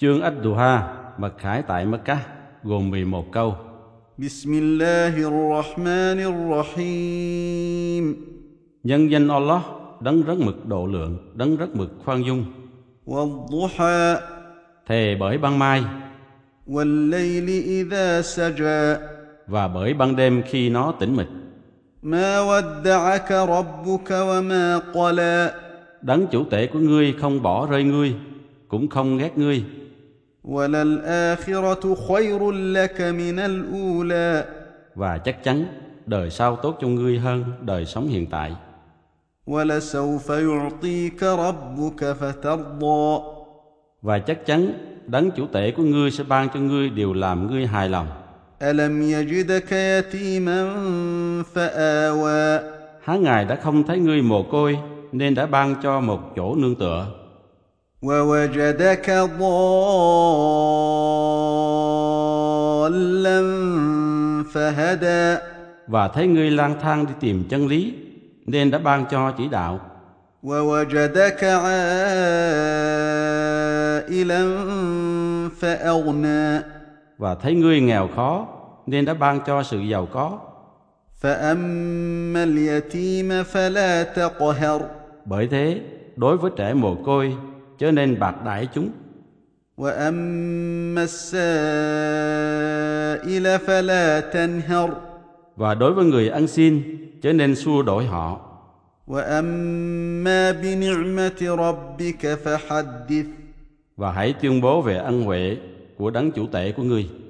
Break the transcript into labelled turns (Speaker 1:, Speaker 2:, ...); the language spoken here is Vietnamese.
Speaker 1: Chương Ad-Duha Mật Khải tại Mecca gồm 11 câu.
Speaker 2: بسم الله الرحمن الرحيم
Speaker 1: Nhân danh Allah, đấng rất mực độ lượng, đấng rất mực khoan dung,
Speaker 2: والضحى
Speaker 1: thề bởi ban mai
Speaker 2: والليل إذا سجى
Speaker 1: và bởi ban đêm khi nó tĩnh mịch.
Speaker 2: ما ودعك ربك وما قلى
Speaker 1: Đấng chủ tể của ngươi không bỏ rơi ngươi, cũng không ghét ngươi.
Speaker 2: وللآخرة خير لك من الأولى
Speaker 1: Và chắc chắn, đời sau tốt cho ngươi hơn đời sống hiện tại.
Speaker 2: ولسوف يعطيك ربك فترضى
Speaker 1: Và chắc chắn, đấng chủ tể của ngươi sẽ ban cho ngươi điều làm ngươi hài lòng.
Speaker 2: ألم يجدك يتيما فآوى
Speaker 1: Há Ngài đã không thấy ngươi mồ côi, nên đã ban cho một chỗ nương tựa.
Speaker 2: ووجدك ضالا فهدى
Speaker 1: và thấy ngươi lang thang đi tìm chân lý nên đã ban cho chỉ đạo
Speaker 2: ووجدك عائلا فأغنى
Speaker 1: và thấy ngươi nghèo khó nên đã ban cho sự giàu có
Speaker 2: فأما اليتيم فلا تقهر
Speaker 1: bởi thế đối với trẻ mồ côi chớ nên bạc đãi chúng
Speaker 2: وأما السائل فلا تنهر
Speaker 1: và đối với người ăn xin chớ nên xua đổi họ
Speaker 2: وأما بنعمة ربك فحدث
Speaker 1: và hãy tuyên bố về ân huệ của đấng chủ tể của ngươi